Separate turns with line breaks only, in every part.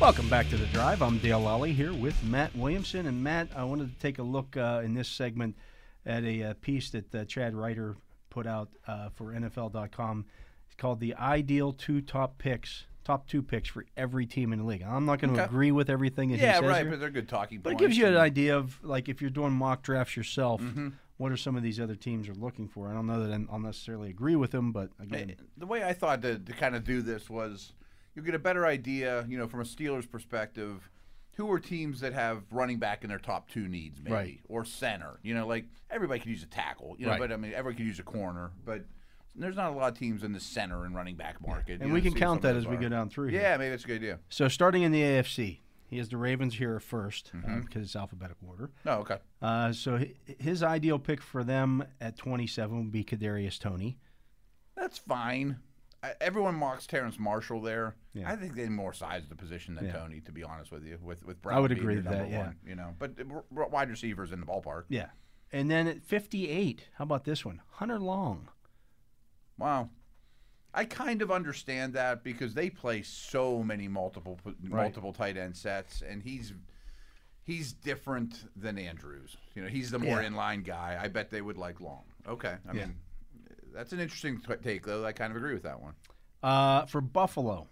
Welcome back to the drive. I'm Dale Lally here with Matt Williamson, and Matt, I wanted to take a look uh, in this segment at a uh, piece that uh, Chad Ryder put out uh, for NFL.com. It's called "The Ideal Two Top Picks." Top two picks for every team in the league. I'm not going to
Okay.
agree with everything that he
Yeah,
says
right.
here,
But they're good talking
but it
points.
gives you an
and-
idea of like if you're doing mock drafts yourself,
Mm-hmm.
what are some of these other teams are looking for. I don't know that I'll necessarily agree with them, but again,
The way I thought to, to kind of do this was you get a better idea, you know, from a Steelers perspective, who are teams that have running back in their top two needs, maybe,
Right.
or center. You know, like everybody could use a tackle, you know,
Right.
but I mean, everyone could use a corner, but there's not a lot of teams in the center and running back market. you
and
know,
we
to
can
see if
count
some of
that as
those
we
are.
go down through. here.
Yeah, maybe that's a good idea.
So starting in the AFC, he has the Ravens here 1st because it's alphabetical order.
No, okay.
Uh, so hi- his ideal pick for them at 27 would be Kadarius Tony.
That's fine. I, everyone mocks Terrence Marshall there.
Yeah.
I think they more size the position than
Yeah.
Tony, to be honest with you. With with Brown
would
being
agree
your
with that,
number
yeah.
one, you know, but uh, r- wide receivers in the ballpark.
Yeah. And then at 58, how about this one? Hunter Long.
Wow. I kind of understand that because they play so many multiple p- multiple tight end sets, and he's he's different than Andrews. You know, he's the more
Yeah.
in inline guy. I bet they would like Long. Okay, I
Yeah.
mean, that's an interesting t- take though. I kind of agree with that one.
Uh, for Buffalo,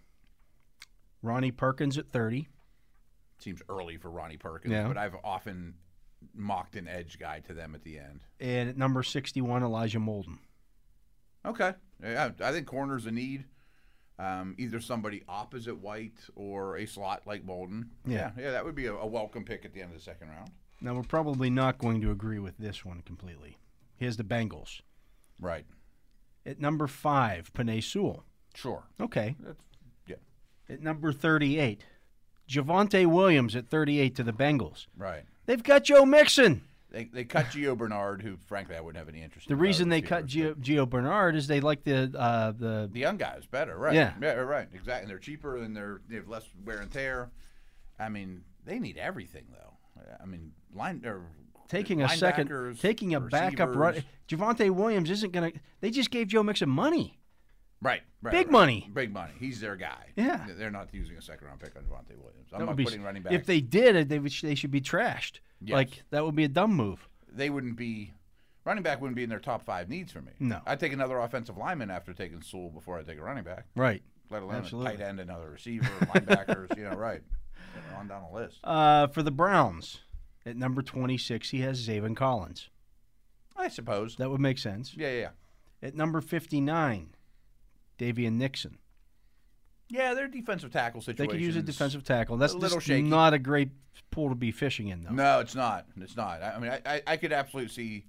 Ronnie Perkins at 30.
Seems early for Ronnie Perkins,
Yeah.
but I've often mocked an edge guy to them at the end.
And at number 61, Elijah Molden.
Okay. Yeah, I think corner's a need. Um, either somebody opposite White or a slot like Bolden.
Yeah.
Yeah, that would be a, a welcome pick at the end of the second round.
Now, we're probably not going to agree with this one completely. He has the Bengals.
Right.
At number five, Panay Sewell.
Sure.
Okay.
That's yeah.
At number 38, Javante Williams at 38 to the Bengals.
Right.
They've got Joe Mixon.
They, they cut Gio Bernard, who frankly I wouldn't have any interest
The
in.
reason they
Steelers,
cut
but
Gio, Gio Bernard is they like the uh, the
the young guy is better, right?
Yeah.
Yeah, right. Exactly. And they're cheaper and they're they have less wear and tear. I mean, they need everything though. I mean, line or
taking a second
linebackers,
taking a backup run.
receivers.
Javante Williams isn't gonna. They just gave Joe Mixon money.
Right, right.
Big
right.
money.
Big money. He's their guy.
Yeah.
They're not using a second round pick on Devontae Williams. I'm
That
not
would be-
putting running back.
If they did, they would, they should be trashed.
Yes.
Like that would be a dumb move.
they wouldn't be running back wouldn't be in their top five needs for me.
No.
I'd take another offensive lineman after taking Sewell before I take a running back.
Right.
Let alone
Absolutely.
a tight end, another receiver, linebackers, you know, right. On down the list.
Uh, for the Browns, at number twenty six, he has Zayvon Collins.
I suppose.
That would make sense.
Yeah, yeah, yeah.
At number fifty nine, Davian Nixon.
Yeah, their defensive tackle
They
situation.
could use a defensive tackle. That's
little
just
shaky.
not a great pool to be fishing in, though.
No, it's not. It's not. I I mean, I, I, I could absolutely see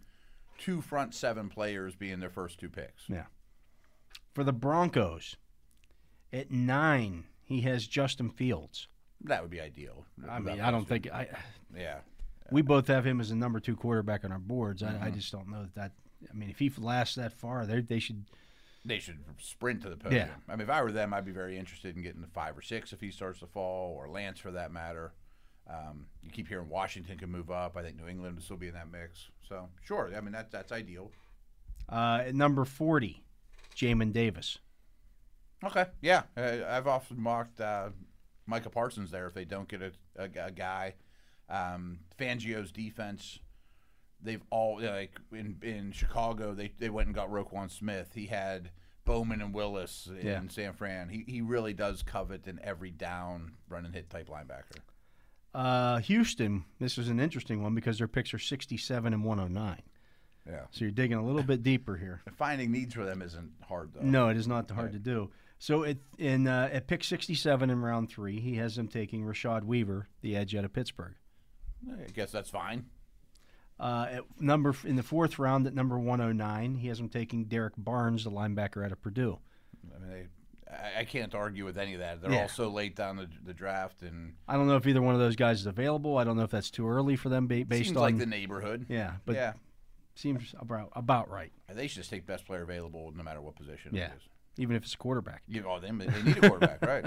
two front seven players being their first two picks.
Yeah. For the Broncos, at nine, he has Justin Fields.
That would be ideal.
I
Without
mean, I don't
question.
think I.
Yeah.
We both have him as the number two quarterback on our boards. I,
Mm-hmm.
I just don't know that. that I mean, if he lasts that far, they they should.
They should sprint to the podium.
Yeah.
I mean, if I were them, I'd be very interested in getting to five or six if he starts to fall, or Lance for that matter. Um, you keep hearing Washington can move up. I think New England will still be in that mix. So sure, I mean that that's ideal.
Uh, at number forty, Jamin Davis.
Okay, yeah, uh, I've often mocked uh, Micah Parsons there if they don't get a, a, g- a guy. Um, Fangio's defense, they've all yeah, like in in Chicago they, they went and got Roquan Smith. He had Bowman and Willis in
Yeah.
San Fran. He he really does covet an every down run and hit type linebacker.
Uh, Houston. This is an interesting one because their picks are sixty-seven and one hundred oh nine.
Yeah.
So you're digging a little bit deeper here.
Finding needs for them isn't hard though.
No, it is not hard to do. So it, in uh, at pick 67 in round three, he has them taking Rashad Weaver, the edge out of Pittsburgh.
I guess that's fine.
Uh, at number in the fourth round at number 109, he has him taking Derek Barnes, the linebacker out of Purdue.
I mean, they, I, I can't argue with any of that. They're
Yeah.
all so late down the, the draft, and
I don't know if either one of those guys is available. I don't know if that's too early for them ba- based
seems
on
like the neighborhood.
yeah, but
yeah,
seems about about right,
they should just take best player available no matter what position.
Yeah.
it is.
even if it's a quarterback.
You know, they, they need a quarterback, right?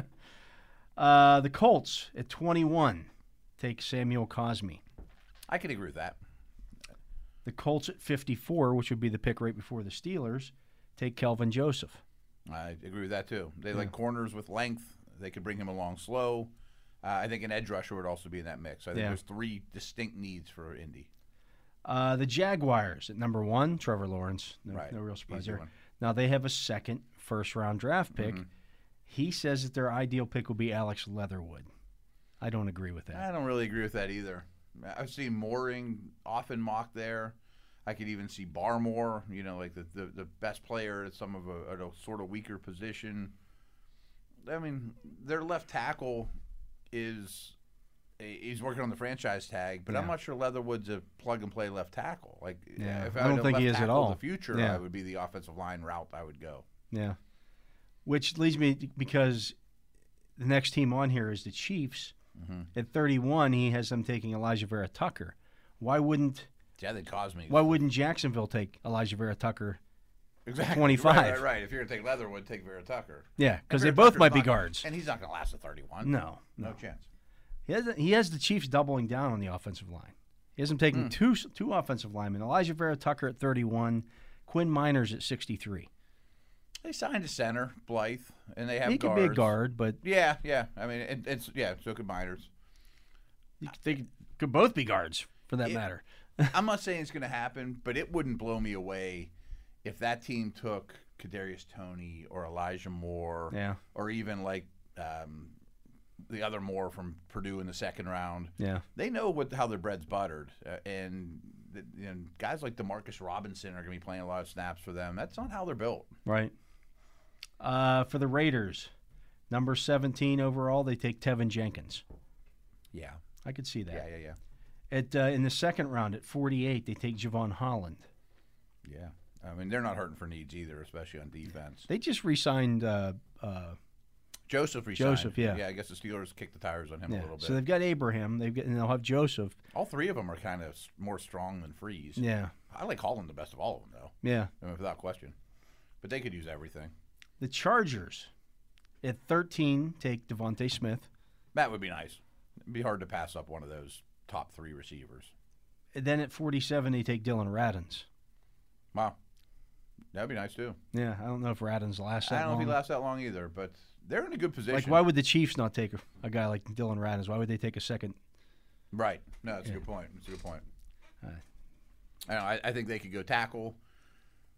Uh, the Colts at 21 take Samuel Cosme.
I could agree with that.
The Colts at 54, which would be the pick right before the Steelers, take Kelvin Joseph.
I agree with that too. They like corners with length. They could bring him along slow. Uh, I think an edge rusher would also be in that mix. I think
Yeah.
there's three distinct needs for Indy.
Uh, the Jaguars at number one, Trevor Lawrence. No,
Right.
no real surprise
Easy
there.
one. Mm-hmm.
Now they have a second first round draft pick. He says that their ideal pick will be Alex Leatherwood. I don't agree with that.
I don't really agree with that either. I've seen Mooring often mocked there. I could even see Barmore, you know, like the, the, the best player at some of a, at a sort of weaker position. I mean, their left tackle is he's working on the franchise tag, but I'm
Yeah.
not sure Leatherwood's a plug and play left tackle. Like,
Yeah,
if
I
had
don't
a
think he
left
is at
tackle in
all.
The future,
Yeah.
I would be the offensive line route I would go.
Yeah. Which leads me because the next team on here is the Chiefs.
Mm-hmm.
At 31, he has them taking Elijah Vera Tucker. Why wouldn't
Yeah, they caused me.
Why wouldn't Jacksonville take Elijah Vera Tucker?
exactly.
25?
Right, right, right. If you're gonna take Leatherwood, take Vera Tucker.
Yeah, because they
Vera
both
Tucker's
might be
not-
guards.
and he's not gonna last to 31.
No,
no, chance.
He has, he has the Chiefs doubling down on the offensive line. He has them taking two two offensive linemen: Elijah Vera Tucker at 31, Quinn Miners at 63.
They signed a center, Blythe, and they have
He could
guards.
be a guard, but
Yeah, yeah. I mean, it, it's yeah. So could Miners.
you could- they could both be guards for that matter.
I'm not saying it's going to happen, but it wouldn't blow me away if that team took Kadarius Tony or Elijah Moore,
Yeah.
or even like um, the other Moore from Purdue in the second round.
Yeah,
They know what how their bread's buttered, uh, and th- you know, guys like Demarcus Robinson are going to be playing a lot of snaps for them. That's not how they're built.
right. Uh, for the Raiders, number 17 overall, they take Tevin Jenkins.
Yeah,
I could see that.
yeah, yeah, yeah.
At uh, in the second round at 48, they take Javon Holland.
Yeah. I mean, they're not hurting for needs either, especially on defense.
They just re-signed. Uh, uh,
Joseph resigned.
Joseph, yeah.
Yeah, I guess the Steelers kicked the tires on him a
yeah.
little bit.
So they've got Abraham. They've got and they'll have Joseph.
all three of them are kind of more strong than Freeze.
Yeah,
I like Holland the best of all of them, though,
yeah.
I mean, without question. But they could use everything.
The Chargers at 13 take Devonte Smith.
That would be nice. It'd be hard to pass up one of those top three receivers.
And then at 47, they take Dylan Radins.
Wow. That'd be nice, too.
Yeah, I don't know if Radins lasts
I
that
don't know
long.
if he lasts that long either, but they're in a good position.
like, why would the Chiefs not take a, a guy like Dylan Radins? Why would they take a second?
Right. No, that's a good point. That's a good point.
Uh,
I, don't know, I, I think they could go tackle.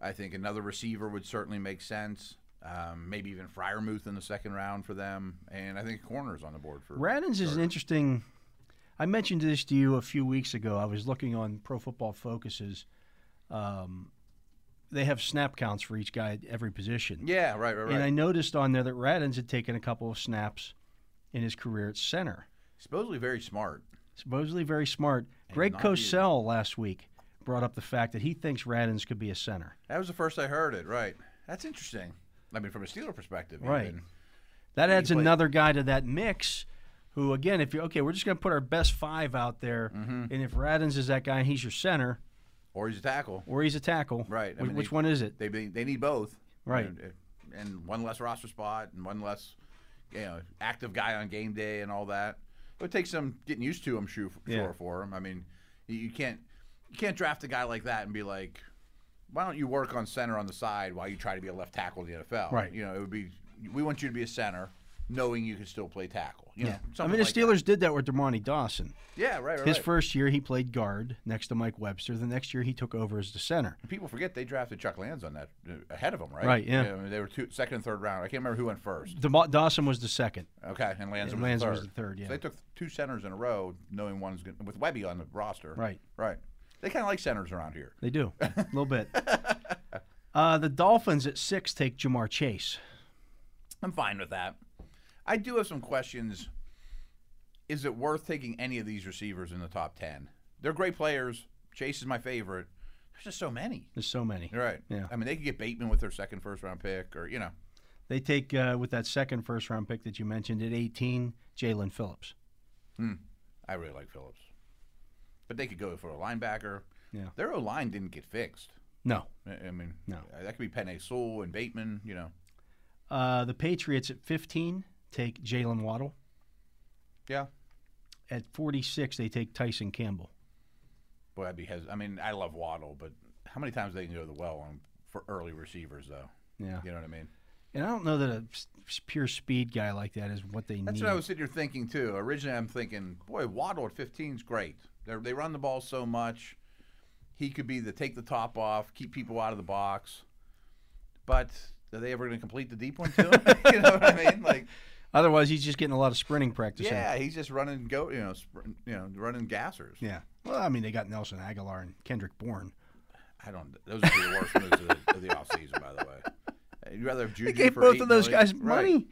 I think another receiver would certainly make sense. Um, maybe even Fryermuth in the second round for them, and I think corners on the board for.
Radins is an interesting. I mentioned this to you a few weeks ago. I was looking on Pro Football Focus's. Um, they have snap counts for each guy at every position.
Yeah, right, right, right.
And I noticed on there that Radins had taken a couple of snaps in his career at center.
Supposedly very smart.
supposedly very smart. Greg
not you.
Cosell last week brought up the fact that he thinks Radins could be a center.
That was the first I heard it. Right. That's interesting. I mean, from a Steeler perspective,
Right.
even.
That adds
played-
another guy to that mix. Who again? If you okay, we're just going to put our best five out there,
Mm-hmm.
and if Radins is that guy, he's your center
or he's a tackle.
or he's a tackle.
Right. I
Wh-
mean,
which
they-
one is it?
They they they need both.
Right.
And, and one less roster spot and one less, you know, active guy on game day and all that. It would take some getting used to. I'm sure sure
Yeah.
for him. I mean, you- you can't you can't draft a guy like that and be like, why don't you work on center on the side while you try to be a left tackle in the NFL?
Right.
You know, it would be we want you to be a center, knowing you can still play tackle. You know,
I
something
mean, the
like
Steelers did that with Damani Dawson.
that. Yeah. Right. Right.
His
right.
first year, he played guard next to Mike Webster. The next year, he took over as the center.
People forget they drafted Chuck Lands on that uh, ahead of him, right?
Right, yeah.
I mean, they were two, second and third round. I can't remember who went first.
Dema- Dawson was the second.
Okay, and Lanza,
And
was,
Lanza
the
was
third.
the third, yeah.
So they took two centers in a row, knowing one's going with Webby on the roster.
Right.
Right. They kind of like centers around here.
They do a little bit. Uh, the Dolphins at six take Jamar Chase.
I'm fine with that. I do have some questions. Is it worth taking any of these receivers in the top 10? They're great players. Chase is my favorite. There's just so many.
There's so many.
Right.
Yeah.
I mean, they could get Bateman with their second first round pick or, you know,
They take uh, with that second first round pick that you mentioned at 18, Jalen Phillips.
I really like Phillips. But they could go for a linebacker.
Yeah.
Their O line didn't get fixed.
No,
I I mean,
No.
that could be Penny Sewell and Bateman, you know.
uh, the Patriots at 15 take Jalen Waddle.
Yeah.
At 46, they take Tyson Campbell.
Boy, I'd be hes- I mean, I love Waddle, but how many times they can go to the well on for early receivers, though?
Yeah,
You know what I mean?
and I don't know that a s- s- pure speed guy like that is what they
That's
need.
what I was sitting here thinking too. Originally, I'm thinking, boy, Waddle at 15 is great. They're, they run the ball so much, he could be the take the top off, keep people out of the box. But are they ever going to complete the deep one too? you know what I mean? Like,
Otherwise, he's just getting a lot of sprinting practice. in.
yeah, he's just running go, you know, spr- you know, running gassers.
yeah. Well, I mean, they got Nelson Aguilar and Kendrick Bourne.
I don't. Those are the worst moves of the, of the offseason, by the way. You'd rather have Juju.
They gave
for
both
eight
of those
million-
guys
Right.
money,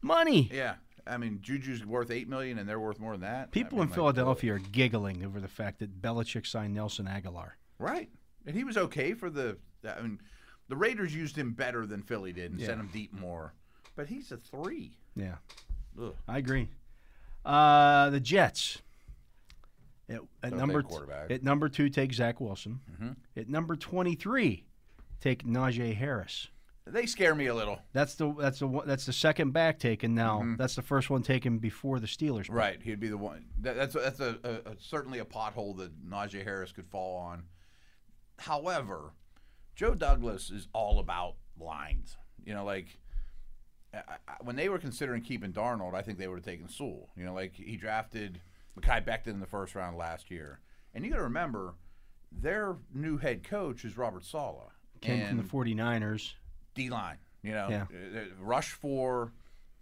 money.
Yeah, I mean, Juju's worth eight million, and they're worth more than that. I
People
mean,
in
like,
Philadelphia are giggling over the fact that Belichick signed Nelson Aguilar.
Right. And he was okay for the. I mean, the Raiders used him better than Philly did and sent him deep more. But he's a three.
Yeah,
Ugh.
I agree. Uh, the Jets at, at
Don't
number
take quarterback. Mm-hmm.
at number two take Zach Wilson. At number twenty three, take Najee Harris.
They scare me a little.
That's the that's the one- that's the second back taken now. That's the first one taken before the Steelers. pick.
Mm-hmm. Right. He'd be the one. That, that's that's a, a, a certainly a pothole that Najee Harris could fall on. However, Joe Douglas is all about lines. You know, like I, I, when they were considering keeping Darnold, I think they would have taken Sewell. You know, like he drafted Makai Becton in the first round last year, and you got to remember their new head coach is Robert Sala.
Came from
and
the 49ers.
D line. You know,
Yeah.
Uh, rush for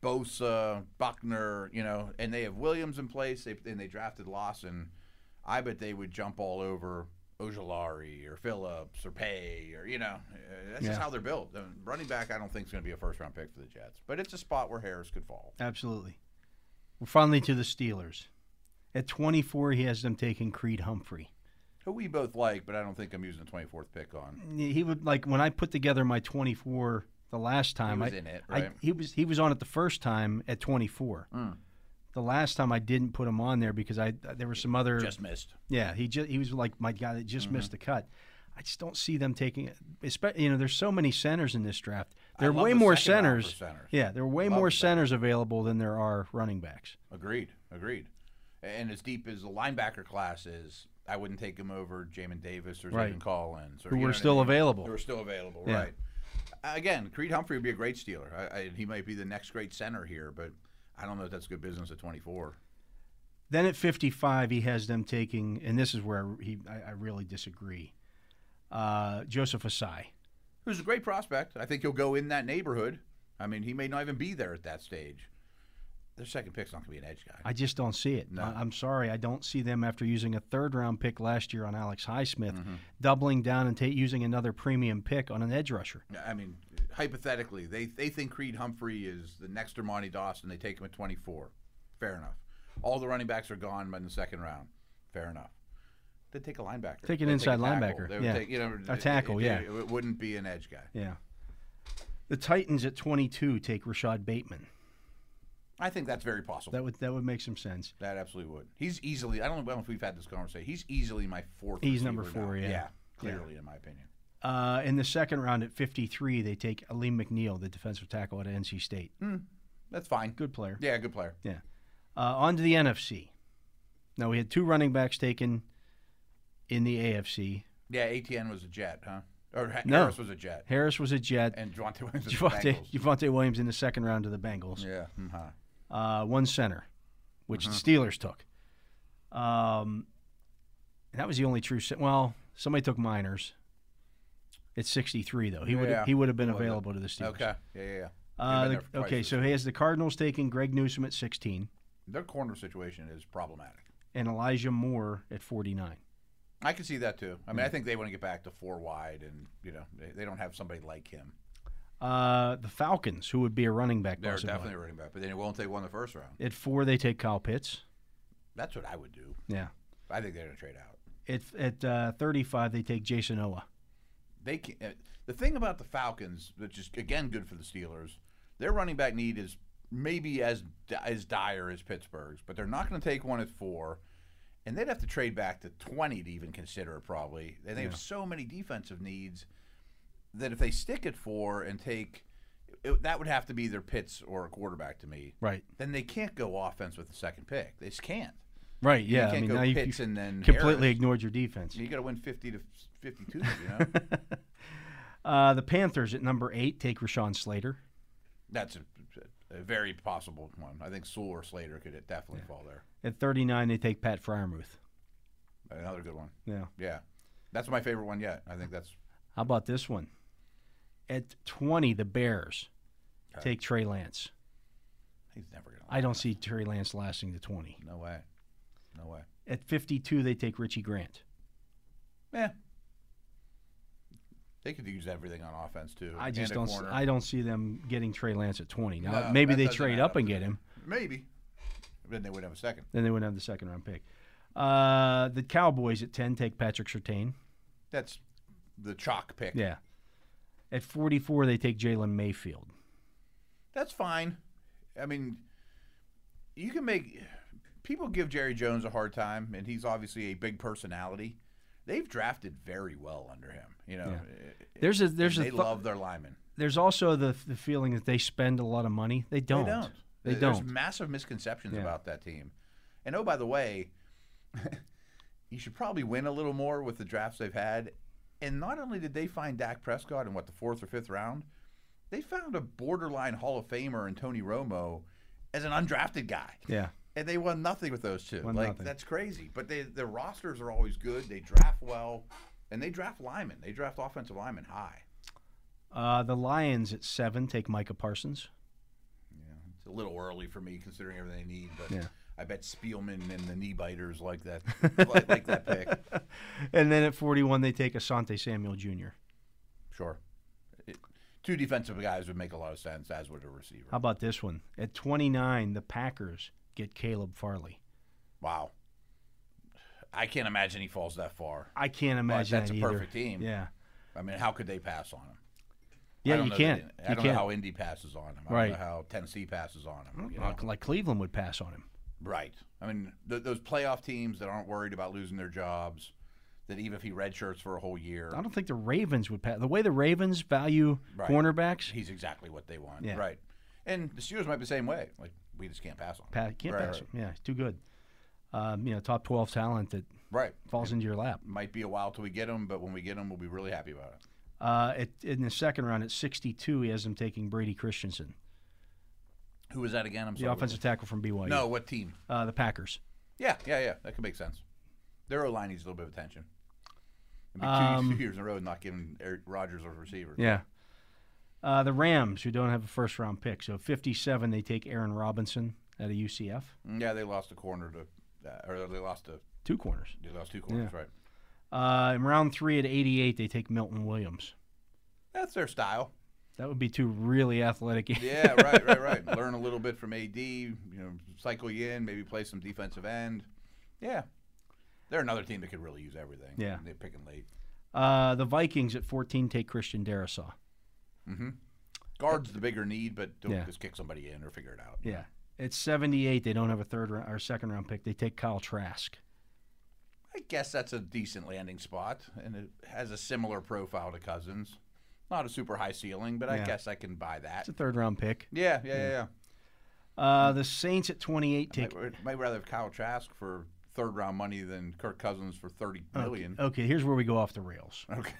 Bosa, Buckner. You know, and they have Williams in place. They and they drafted Lawson. I bet they would jump all over Ojalari or Phillips or Pay or you know. uh, That's just
Yeah.
how they're built. I mean, running back, I don't think is going to be a first round pick for the Jets, but it's a spot where Harris could fall.
Absolutely. We're finally to the Steelers. At twenty four, he has them taking Creed Humphrey.
Who we both like, but I don't think I'm using the 24th pick on.
He would like when I put together my twenty four the last time.
was
I,
in it,
I-
right? Mm.
he was he was on it the first time at twenty four. The last time I didn't put him on there because I there were some other
Just Mm-hmm. missed.
Yeah, he just he was like my guy that just missed the cut. I just don't see them taking it. Espe- you know, there's so many centers in this draft. There are
love
way
the
more
second round
centers.
for centers.
Yeah, there are way
Love
more
the second.
centers available than there are running backs.
Agreed. Agreed. And as deep as the linebacker class is, I wouldn't take him over Jamin Davis or
Right.
Zayvon Collins. Or,
Who
you know
were
what I
still
mean?
available.
Who were still available,
Yeah.
right. Again, Creed Humphrey would be a great Steeler. I, I, he might be the next great center here, but I don't know if that's good business at 24.
Then at 55, he has them taking, and this is where I- he I, I really disagree. Uh, Joseph Asai.
Who's a great prospect. I think he'll go in that neighborhood. I mean, he may not even be there at that stage. Their second pick's not going to be an edge guy.
I just don't see it. I, am sorry, I don't see them after using a third round pick last year on Alex Highsmith,
Mm-hmm.
doubling down and ta- using another premium pick on an edge rusher.
I mean, hypothetically, they they think Creed Humphrey is the next Armani Dawson. They take him at 24. Fair enough. All the running backs are gone by the second round. Fair enough. They take a linebacker.
Take an
They'd
inside
a tackle.
linebacker,
They would
yeah.
take, you know,
A tackle,
it-
yeah.
It, it wouldn't be an edge guy.
Yeah. The Titans at 22 take Rashad Bateman.
I think that's very possible. That,
That would that would make some sense.
absolutely would. He's easily. I don't know if we've had this conversation. He's easily my fourth.
He's number
receiver
four,
now.
yeah.
Yeah. Clearly, in my opinion.
Uh, in the second round at 53, they take Aleem McNeil, the defensive tackle at NC State.
That's fine.
Good player.
Mm. Yeah, good player.
Yeah. Uh, on to the NFC. Now, we had two running backs taken in the AFC.
Yeah, ATN was a Jet, huh? Or Ha-
No.
Harris was a Jet,
Harris was a Jet.
and Javante Williams was a
Javante,
Bengals.
Javante Williams in the second round to the Bengals.
Yeah. mhm.
Uh, one center, which
Uh-huh.
the Steelers took. Um, and that was the only true. cen- Well, somebody took Miners. At 63, though, he would
Yeah.
he would have been
Would've-
available to the Steelers.
Okay. Yeah, yeah, yeah.
Uh, the-
They've been there for twice
okay,
this
so he has the Cardinals taking Greg Newsom at 16
Their corner situation is problematic.
and Elijah Moore at 49.
I can see that too. I
Hmm.
mean, I think they want to get back to four wide, and you know they, they don't have somebody like him.
Uh, the Falcons, who would be a running back,
They're
possibly.
definitely running back, but then won't they won the first round?
at four they take Kyle Pitts.
That's what I would do.
Yeah.
I think they're going to trade out.
At at uh, thirty five they take Jason Owa.
They can, uh, the thing about the Falcons, which is again good for the Steelers, their running back need is maybe as di- as dire as Pittsburgh's, but they're not going to take one at four, and they'd have to trade back to twenty to even consider it probably. And they have so many defensive needs that if they stick at four and take, it, that would have to be either Pitts or a quarterback to me.
Right.
Then they can't go offense with the second pick. They just can't.
Right. Yeah.
you can't
I mean,
go
now you-
Pitts
you
and then
completely
Harris.
ignored your defense.
You got to win fifty to fifty-two. You know.
Uh, the Panthers at number eight take Rashawn Slater.
That's a, a very possible one. I think Sewell or Slater could definitely fall there.
At thirty nine they take Pat Fryermuth.
Another good one.
Yeah.
Yeah. That's my favorite one yet. I think that's
How about this one? At twenty the Bears take Trey Lance.
he's never gonna.
I don't see Trey Lance lasting to twenty.
No way. No way.
At fifty two they take Richie Grant.
Yeah. They could use everything on offense too.
I just
And a
don't. s
corner.
I don't see them getting Trey Lance at twenty. Now
No,
maybe
that
they
doesn't
trade
add
up
up
and
to
get
me.
him,
Maybe. Then they would have a second.
then they wouldn't have the second round pick. Uh, the Cowboys at ten take Patrick Sertain.
That's the chalk pick.
Yeah. At forty four they take Jalen Mayfield.
That's fine. I mean, you can make people give Jerry Jones a hard time, and he's obviously a big personality. They've drafted very well under him. You know,
There's a there's
they
a th-
love their linemen.
there's also the the feeling that they spend a lot of money. They don't.
They don't.
They
There's
don't.
massive misconceptions
Yeah.
about that team. And oh, by the way, you should probably win a little more with the drafts they've had. And not only did they find Dak Prescott in what the fourth or fifth round, they found a borderline Hall of Famer in Tony Romo as an undrafted guy.
Yeah.
And they won nothing with those two.
Won
like
nothing.
that's crazy. But they their rosters are always good. They draft well, and they draft linemen. They draft offensive linemen high.
Uh, the Lions at seven take Micah Parsons.
It's a little early for me considering everything they need, but
Yeah.
I bet Spielman and the knee biters like that like, like that pick.
And then at forty one they take Asante Samuel Jr.
Sure. It- two defensive guys would make a lot of sense, as would a receiver.
How about this one? At twenty nine the Packers get Caleb Farley.
Wow. I can't imagine he falls that far.
I can't imagine
that's
that
a
either.
perfect team.
Yeah.
I mean, how could they pass on him? I
Yeah,
don't
you
know that
can't.
they-
you
I don't
can't.
know how Indy passes on him. I
Right.
don't know how Tennessee passes on him. you know?
Like- like Cleveland would pass on him.
Right. I mean, th- those playoff teams that aren't worried about losing their jobs, that even if he redshirts for a whole year,
I don't think the Ravens would pass. The way the Ravens value
Right.
cornerbacks,
he's exactly what they want.
Yeah.
Right. And the Steelers might be the same way. Like we just can't pass on. him.
pa- can't
Right,
pass
right.
him. Yeah, he's too good. Um, you know, top twelve talent that
Right.
falls into your lap.
Might be a while till we get him, but when we get him, we'll be really happy about it.
Uh, at, in the second round, at sixty-two, he has them taking Brady Christensen,
Who is that again? I'm
the
sorry.
offensive tackle from BYU.
No, what team?
uh, the Packers.
Yeah, yeah, yeah. That could make sense. Their O line needs a little bit of attention. It'd be two,
Um,
two years in a row not giving Aaron Rodgers a receiver.
Yeah. Uh, the Rams, who don't have a first-round pick, so fifty-seven, they take Aaron Robinson out of UCF,
Mm, Yeah, they lost a corner to, uh, or they lost a,
two corners.
they lost two corners, right?
Uh, in round three, at eighty-eight, they take Milton Williams.
That's their style.
That would be two really athletic.
Yeah, right, right, right. Learn a little bit from AD. You know, cycle you in, maybe play some defensive end. Yeah, they're another team that could really use everything.
Yeah.
they're picking late.
Uh, the Vikings at 14 take Christian Darisaw.
Guards the bigger need, but don't
Yeah.
just kick somebody in or figure it out.
Yeah. At 78, they don't have a third round or second round pick. They take Kyle Trask.
I guess that's a decent landing spot, and it has a similar profile to Cousins. Not a super high ceiling, but I
Yeah.
guess I can buy that.
It's a Hmm. third round pick.
Yeah, yeah, yeah. yeah.
Uh, the Saints at 28 take.
Might, might rather have Kyle Trask for third round money than Kirk Cousins for thirty million.
Okay, here's where we go off the rails.
Okay.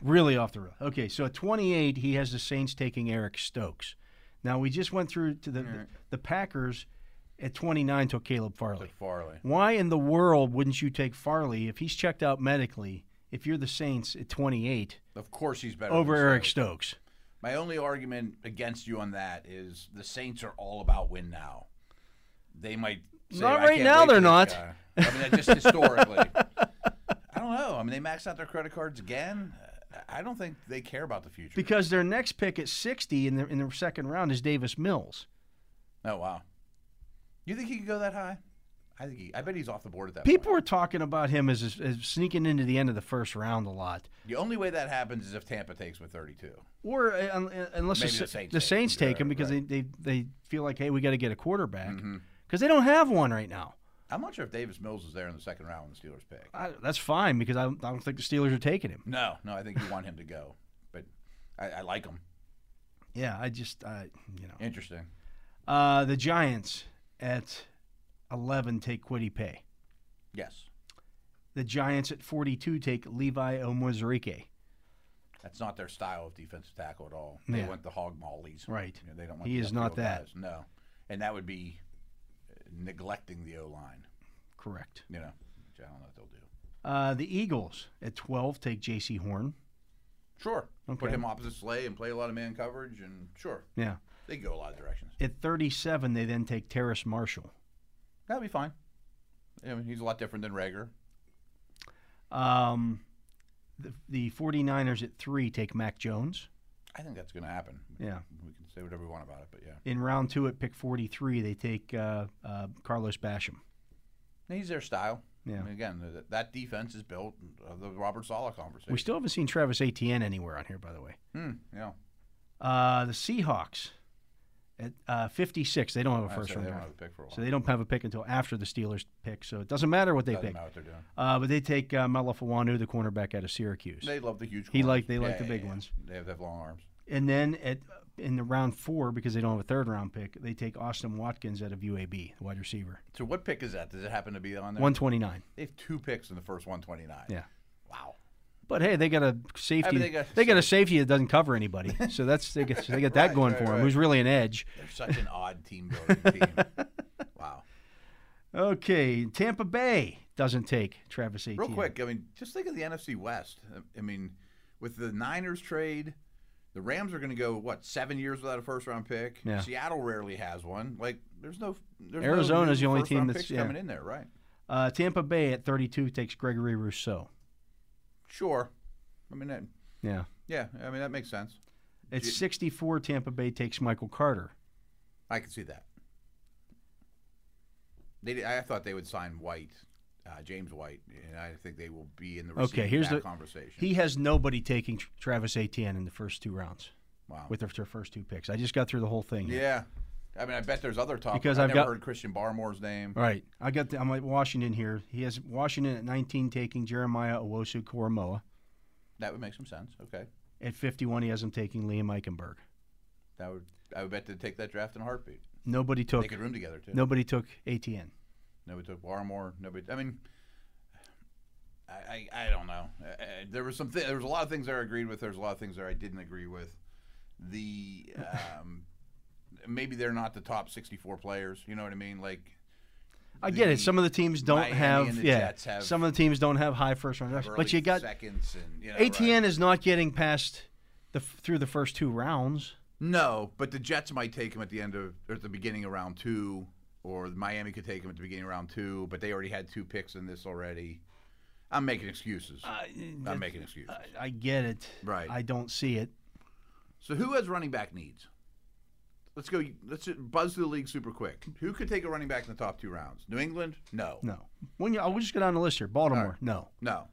Really off the rails. Okay, so at 28, he has the Saints taking Eric Stokes. Now, we just went through to the, the Packers at 29 took Caleb Farley.
Farley.
Why in the world wouldn't you take Farley if he's checked out medically, if you're the Saints at 28,
Of course, he's better
over
than
Eric
Stokes.
Stokes?
My only argument against you on that is the Saints are all about win now. They might say,
Not
"I
right
can't
now,
wait uh, for
they're
this
not."
guy." I mean, that just historically. they max out their credit cards again. I don't think they care about the future.
because their next pick at 60 in the in the second round is Davis Mills.
oh wow, you think he could go that high? I think he. I bet he's off the board at that point.
People are talking about him as, as sneaking into the end of the first round a lot.
The only way that happens is if Tampa takes with 32.
Or uh, un- uh, unless
Maybe
the,
the Saints
the
take
Saints
him.
take him because they, they, they feel like, hey, we got to get a quarterback
Mm-hmm.
because they don't have one right now.
I'm not sure if Davis Mills is there in the second round when the Steelers pick.
I, that's fine because I, don't- I don't think the Steelers are taking him.
No, no, I think you want him to go, but I, I like him.
Yeah, I just, uh, you know.
Interesting.
Uh, the Giants at 11 take Quiddy Pay.
Yes,
The Giants at 42 take Levi Omozarike.
that's not their style of defensive tackle at all. They
Yeah.
want the hog mollies.
Right.
You know, they don't want.
He
the
is not
upfield
that.
guys. No, and that would be uh, neglecting the O line.
Correct.
You know, which I don't know if they'll do.
Uh, the Eagles at 12 take J.C. Horn.
Sure. Put
Okay.
him opposite Slay and play a lot of man coverage, and sure,
Yeah.
they can go a lot of directions.
At 37, they then take Terrace Marshall.
That'll be fine. I mean, he's a lot different than Rager.
Um, the, the 49ers at 3 take Mac Jones.
I think that's going to happen.
Yeah.
We can say whatever we want about it, but yeah.
In round two at pick 43, they take uh, uh, Carlos Basham.
And He's their style.
Yeah.
I mean, again, th- that defense is built of the Robert Sala conversation.
We still haven't seen Travis Etienne anywhere on here, by the way.
hmm, yeah.
Uh, the Seahawks at uh, 56. They don't have a
I'd
first
say they
round
don't
draft.
have a pick for a while.
So they don't have a pick until after the Steelers pick. So it doesn't matter what they
Doesn't
pick.
matter what they're doing.
Uh, but they take uh, Malafawanu, the cornerback out of Syracuse.
They love the huge.
He
corners.
liked- they
Yeah,
like the
yeah,
big
yeah.
ones.
They have, they have long arms.
and then at in the round four, because they don't have a third round pick, they take Austin Watkins out of UAB, wide receiver,
So what pick is that? Does it happen to be on there?
129.
They have two picks in the first 129.
Yeah.
Wow.
But hey, they got a safety.
they
they got,
got-
a safety that doesn't cover anybody. so that's they get, they got that
Right,
going
right,
for them.
right.
Who's really an edge?
They're such an odd team building team. Wow.
Okay, Tampa Bay doesn't take Travis Etienne.
Real quick, I mean, just think of the NFC West. I- I mean, with the Niners trade, the Rams are going to go what seven years without a first round pick.
Yeah.
Seattle rarely has one. Like, there's no there's
Arizona's the
no new
only
first
team
round
that's-
picks
yeah.
coming in there, right?
Uh, Tampa Bay at 32 takes Gregory Rousseau.
Sure. I mean, that,
Yeah.
yeah. I mean, that makes sense.
At 64, Tampa Bay takes Michael Carter.
I can see that. They, di- I thought they would sign White, uh, James White, and I think they will be in the
Okay,
receiving
here's
back
the-
conversation.
He has nobody taking Tr- Travis Etienne in the first two rounds
wow.
with their, their first two picks. I just got through the whole thing. here.
yeah. I mean, I bet there's other top.
Because
I've,
I've
never
got-
heard Christian Barmore's name.
All right. I got the, I'm at Washington here. He has Washington at 19 taking Jeremiah Owosu Koromoa.
That would make some sense. Okay.
At 51, he has him taking Liam Eichenberg.
That would I would bet they'd take that draft in a heartbeat.
Nobody took
They could room together too.
nobody took Etienne.
Nobody took Barmore. Nobody. I mean, I I, I don't know. Uh, uh, there was some. Th- there was a lot of things I agreed with. There's a lot of things that I didn't agree with. The um, maybe they're not the top 64 players. You know what I mean? Like
I get
The
it. Some of the teams don't
Miami
have
and the
yeah.
Jets have
some of the teams don't have high first round
early
but you got
seconds and you know, right.
ATN is not getting past the f- through the first two rounds.
No, but the Jets might take him at the end of or at the beginning of round two, or Miami could take him at the beginning of round two. But they already had two picks in this already. I'm making excuses.
Uh,
I'm making excuses.
I, I get it.
Uh, Right.
I don't see it.
so who has running back needs? Let's go. Let's ju- buzz through the league super quick. Who could take a running back in the top two rounds? New England? No.
No. When you, I'll just go down the list here. Baltimore,
All right.
no.
No.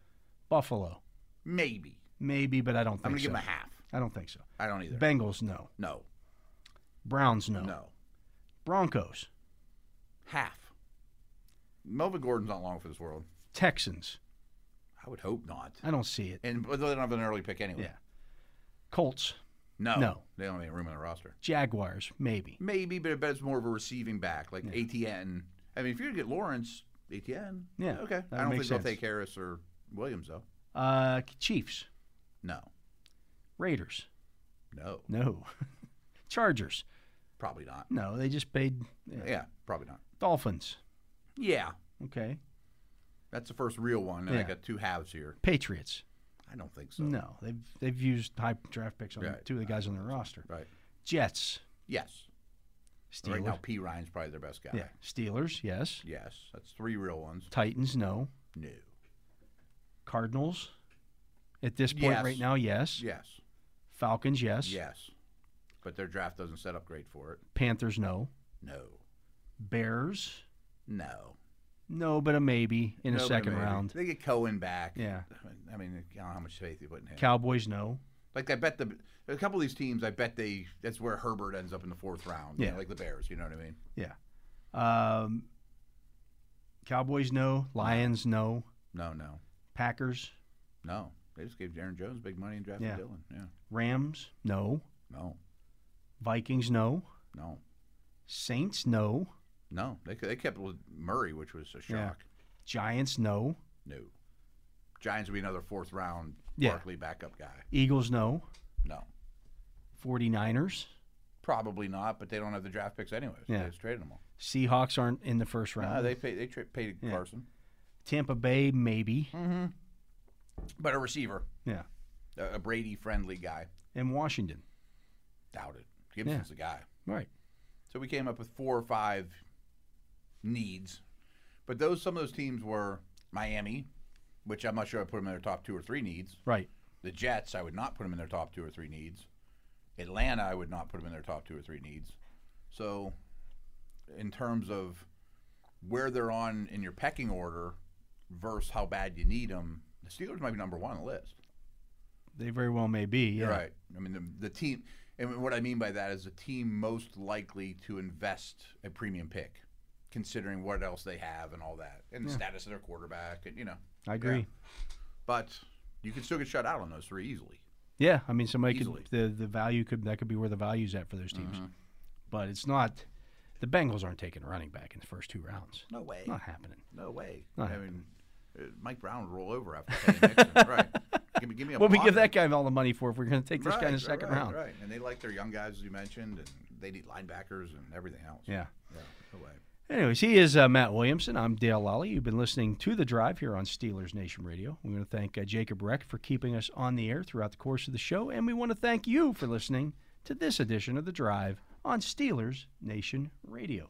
Buffalo,
Maybe.
maybe, but I don't think
I'm gonna
so.
give him a half.
I don't think so.
I don't either.
Bengals, no.
no.
Browns, no.
No.
Broncos,
Half. Melvin Gordon's not long for this world.
Texans.
I would hope not.
I don't see it.
And but they don't have an early pick anyway.
Yeah. Colts,
No.
No.
They don't have any room on the roster.
Jaguars, maybe.
Maybe, but I bet it's more of a receiving back, like ATN. I mean, if you're going to get Lawrence, ATN.
Yeah,
Okay.
that would
I don't
make
think
sense.
they'll take Harris or Williams, though.
Uh, Chiefs,
No.
Raiders,
No.
no. Chargers,
Probably not.
no. They just paid yeah.
Yeah, probably not.
Dolphins.
Yeah.
Okay.
That's the first real one. And I
Yeah.
got two halves here.
Patriots.
I don't think so.
No, they've they've used high draft picks on
Right.
two of the guys on their roster.
Right.
Jets,
Yes.
Steelers.
Right now, P. Ryan's probably their best guy.
yeah, Steelers. Yes.
Yes. That's three real ones.
Titans. No.
No.
Cardinals at this point
Yes.
right now, yes.
Yes.
Falcons, yes.
Yes. But their draft doesn't set up great for it.
Panthers, no.
No.
Bears,
No.
no, but a maybe in
No,
a
but
second
maybe.
round.
They get Cohen back.
Yeah.
I mean, I don't know how much faith you put in him.
Cowboys, no.
Like I bet the a couple of these teams, I bet they that's where Herbert ends up in the fourth round.
Yeah.
like the Bears. You know what I mean?
Yeah. Um, Cowboys, no. Lions, no.
No, no,
Packers,
no. They just gave Aaron Jones big money and drafted
Yeah.
Dylan. Yeah,
Rams, no.
no,
Vikings, no.
no,
Saints, no.
no. They they kept with Murray, which was a
Yeah.
shock.
Giants, no.
No, Giants would be another fourth round
Yeah.
Barkley backup guy.
Eagles, no.
No,
49ers.
probably not. But they don't have the draft picks anyways.
Yeah.
They just traded them all.
Seahawks aren't in the first round.
No, they paid they tra- paid
Yeah.
Carson,
Tampa Bay, maybe.
but a receiver,
Yeah.
a, a Brady friendly guy.
And Washington.
Doubt it. Gibson's the guy.
Right.
So we came up with four or five needs, but those some of those teams were Miami, which I'm not sure I put them in their top two or three needs.
Right.
The Jets, I would not put them in their top two or three needs. Atlanta, I would not put them in their top two or three needs. So, in terms of where they're on in your pecking order versus how bad you need them, the Steelers might be number one on the list.
They very well may be. Yeah.
You're right. I mean, the, the team, and what I mean by that is the team most likely to invest a premium pick, considering what else they have and all that, and the status of their quarterback, and you know.
I agree.
But you can still get shut out on those three easily.
Yeah. I mean, somebody
Easily. Mm-hmm.
could, the, the value could, that could be where the value's at for those teams. But it's not, the Bengals aren't taking a running back in the first two rounds.
No way.
Not happening.
No way.
Not
I mean, uh, Mike Brown would roll over after Kenny Mixon. right. Give me, give me a
What we
blocker.
give that guy all the money for if we're going to take this
right,
guy in the
right,
second
right,
round.
Right. And they like their young guys, as you mentioned, and they need linebackers and everything else.
Yeah.
Yeah, no way.
Anyways, he is uh, Matt Williamson. I'm Dale Lally. You've been listening to The Drive here on Steelers Nation Radio. We want to thank uh, Jacob Reck for keeping us on the air throughout the course of the show, and we want to thank you for listening to this edition of The Drive on Steelers Nation Radio.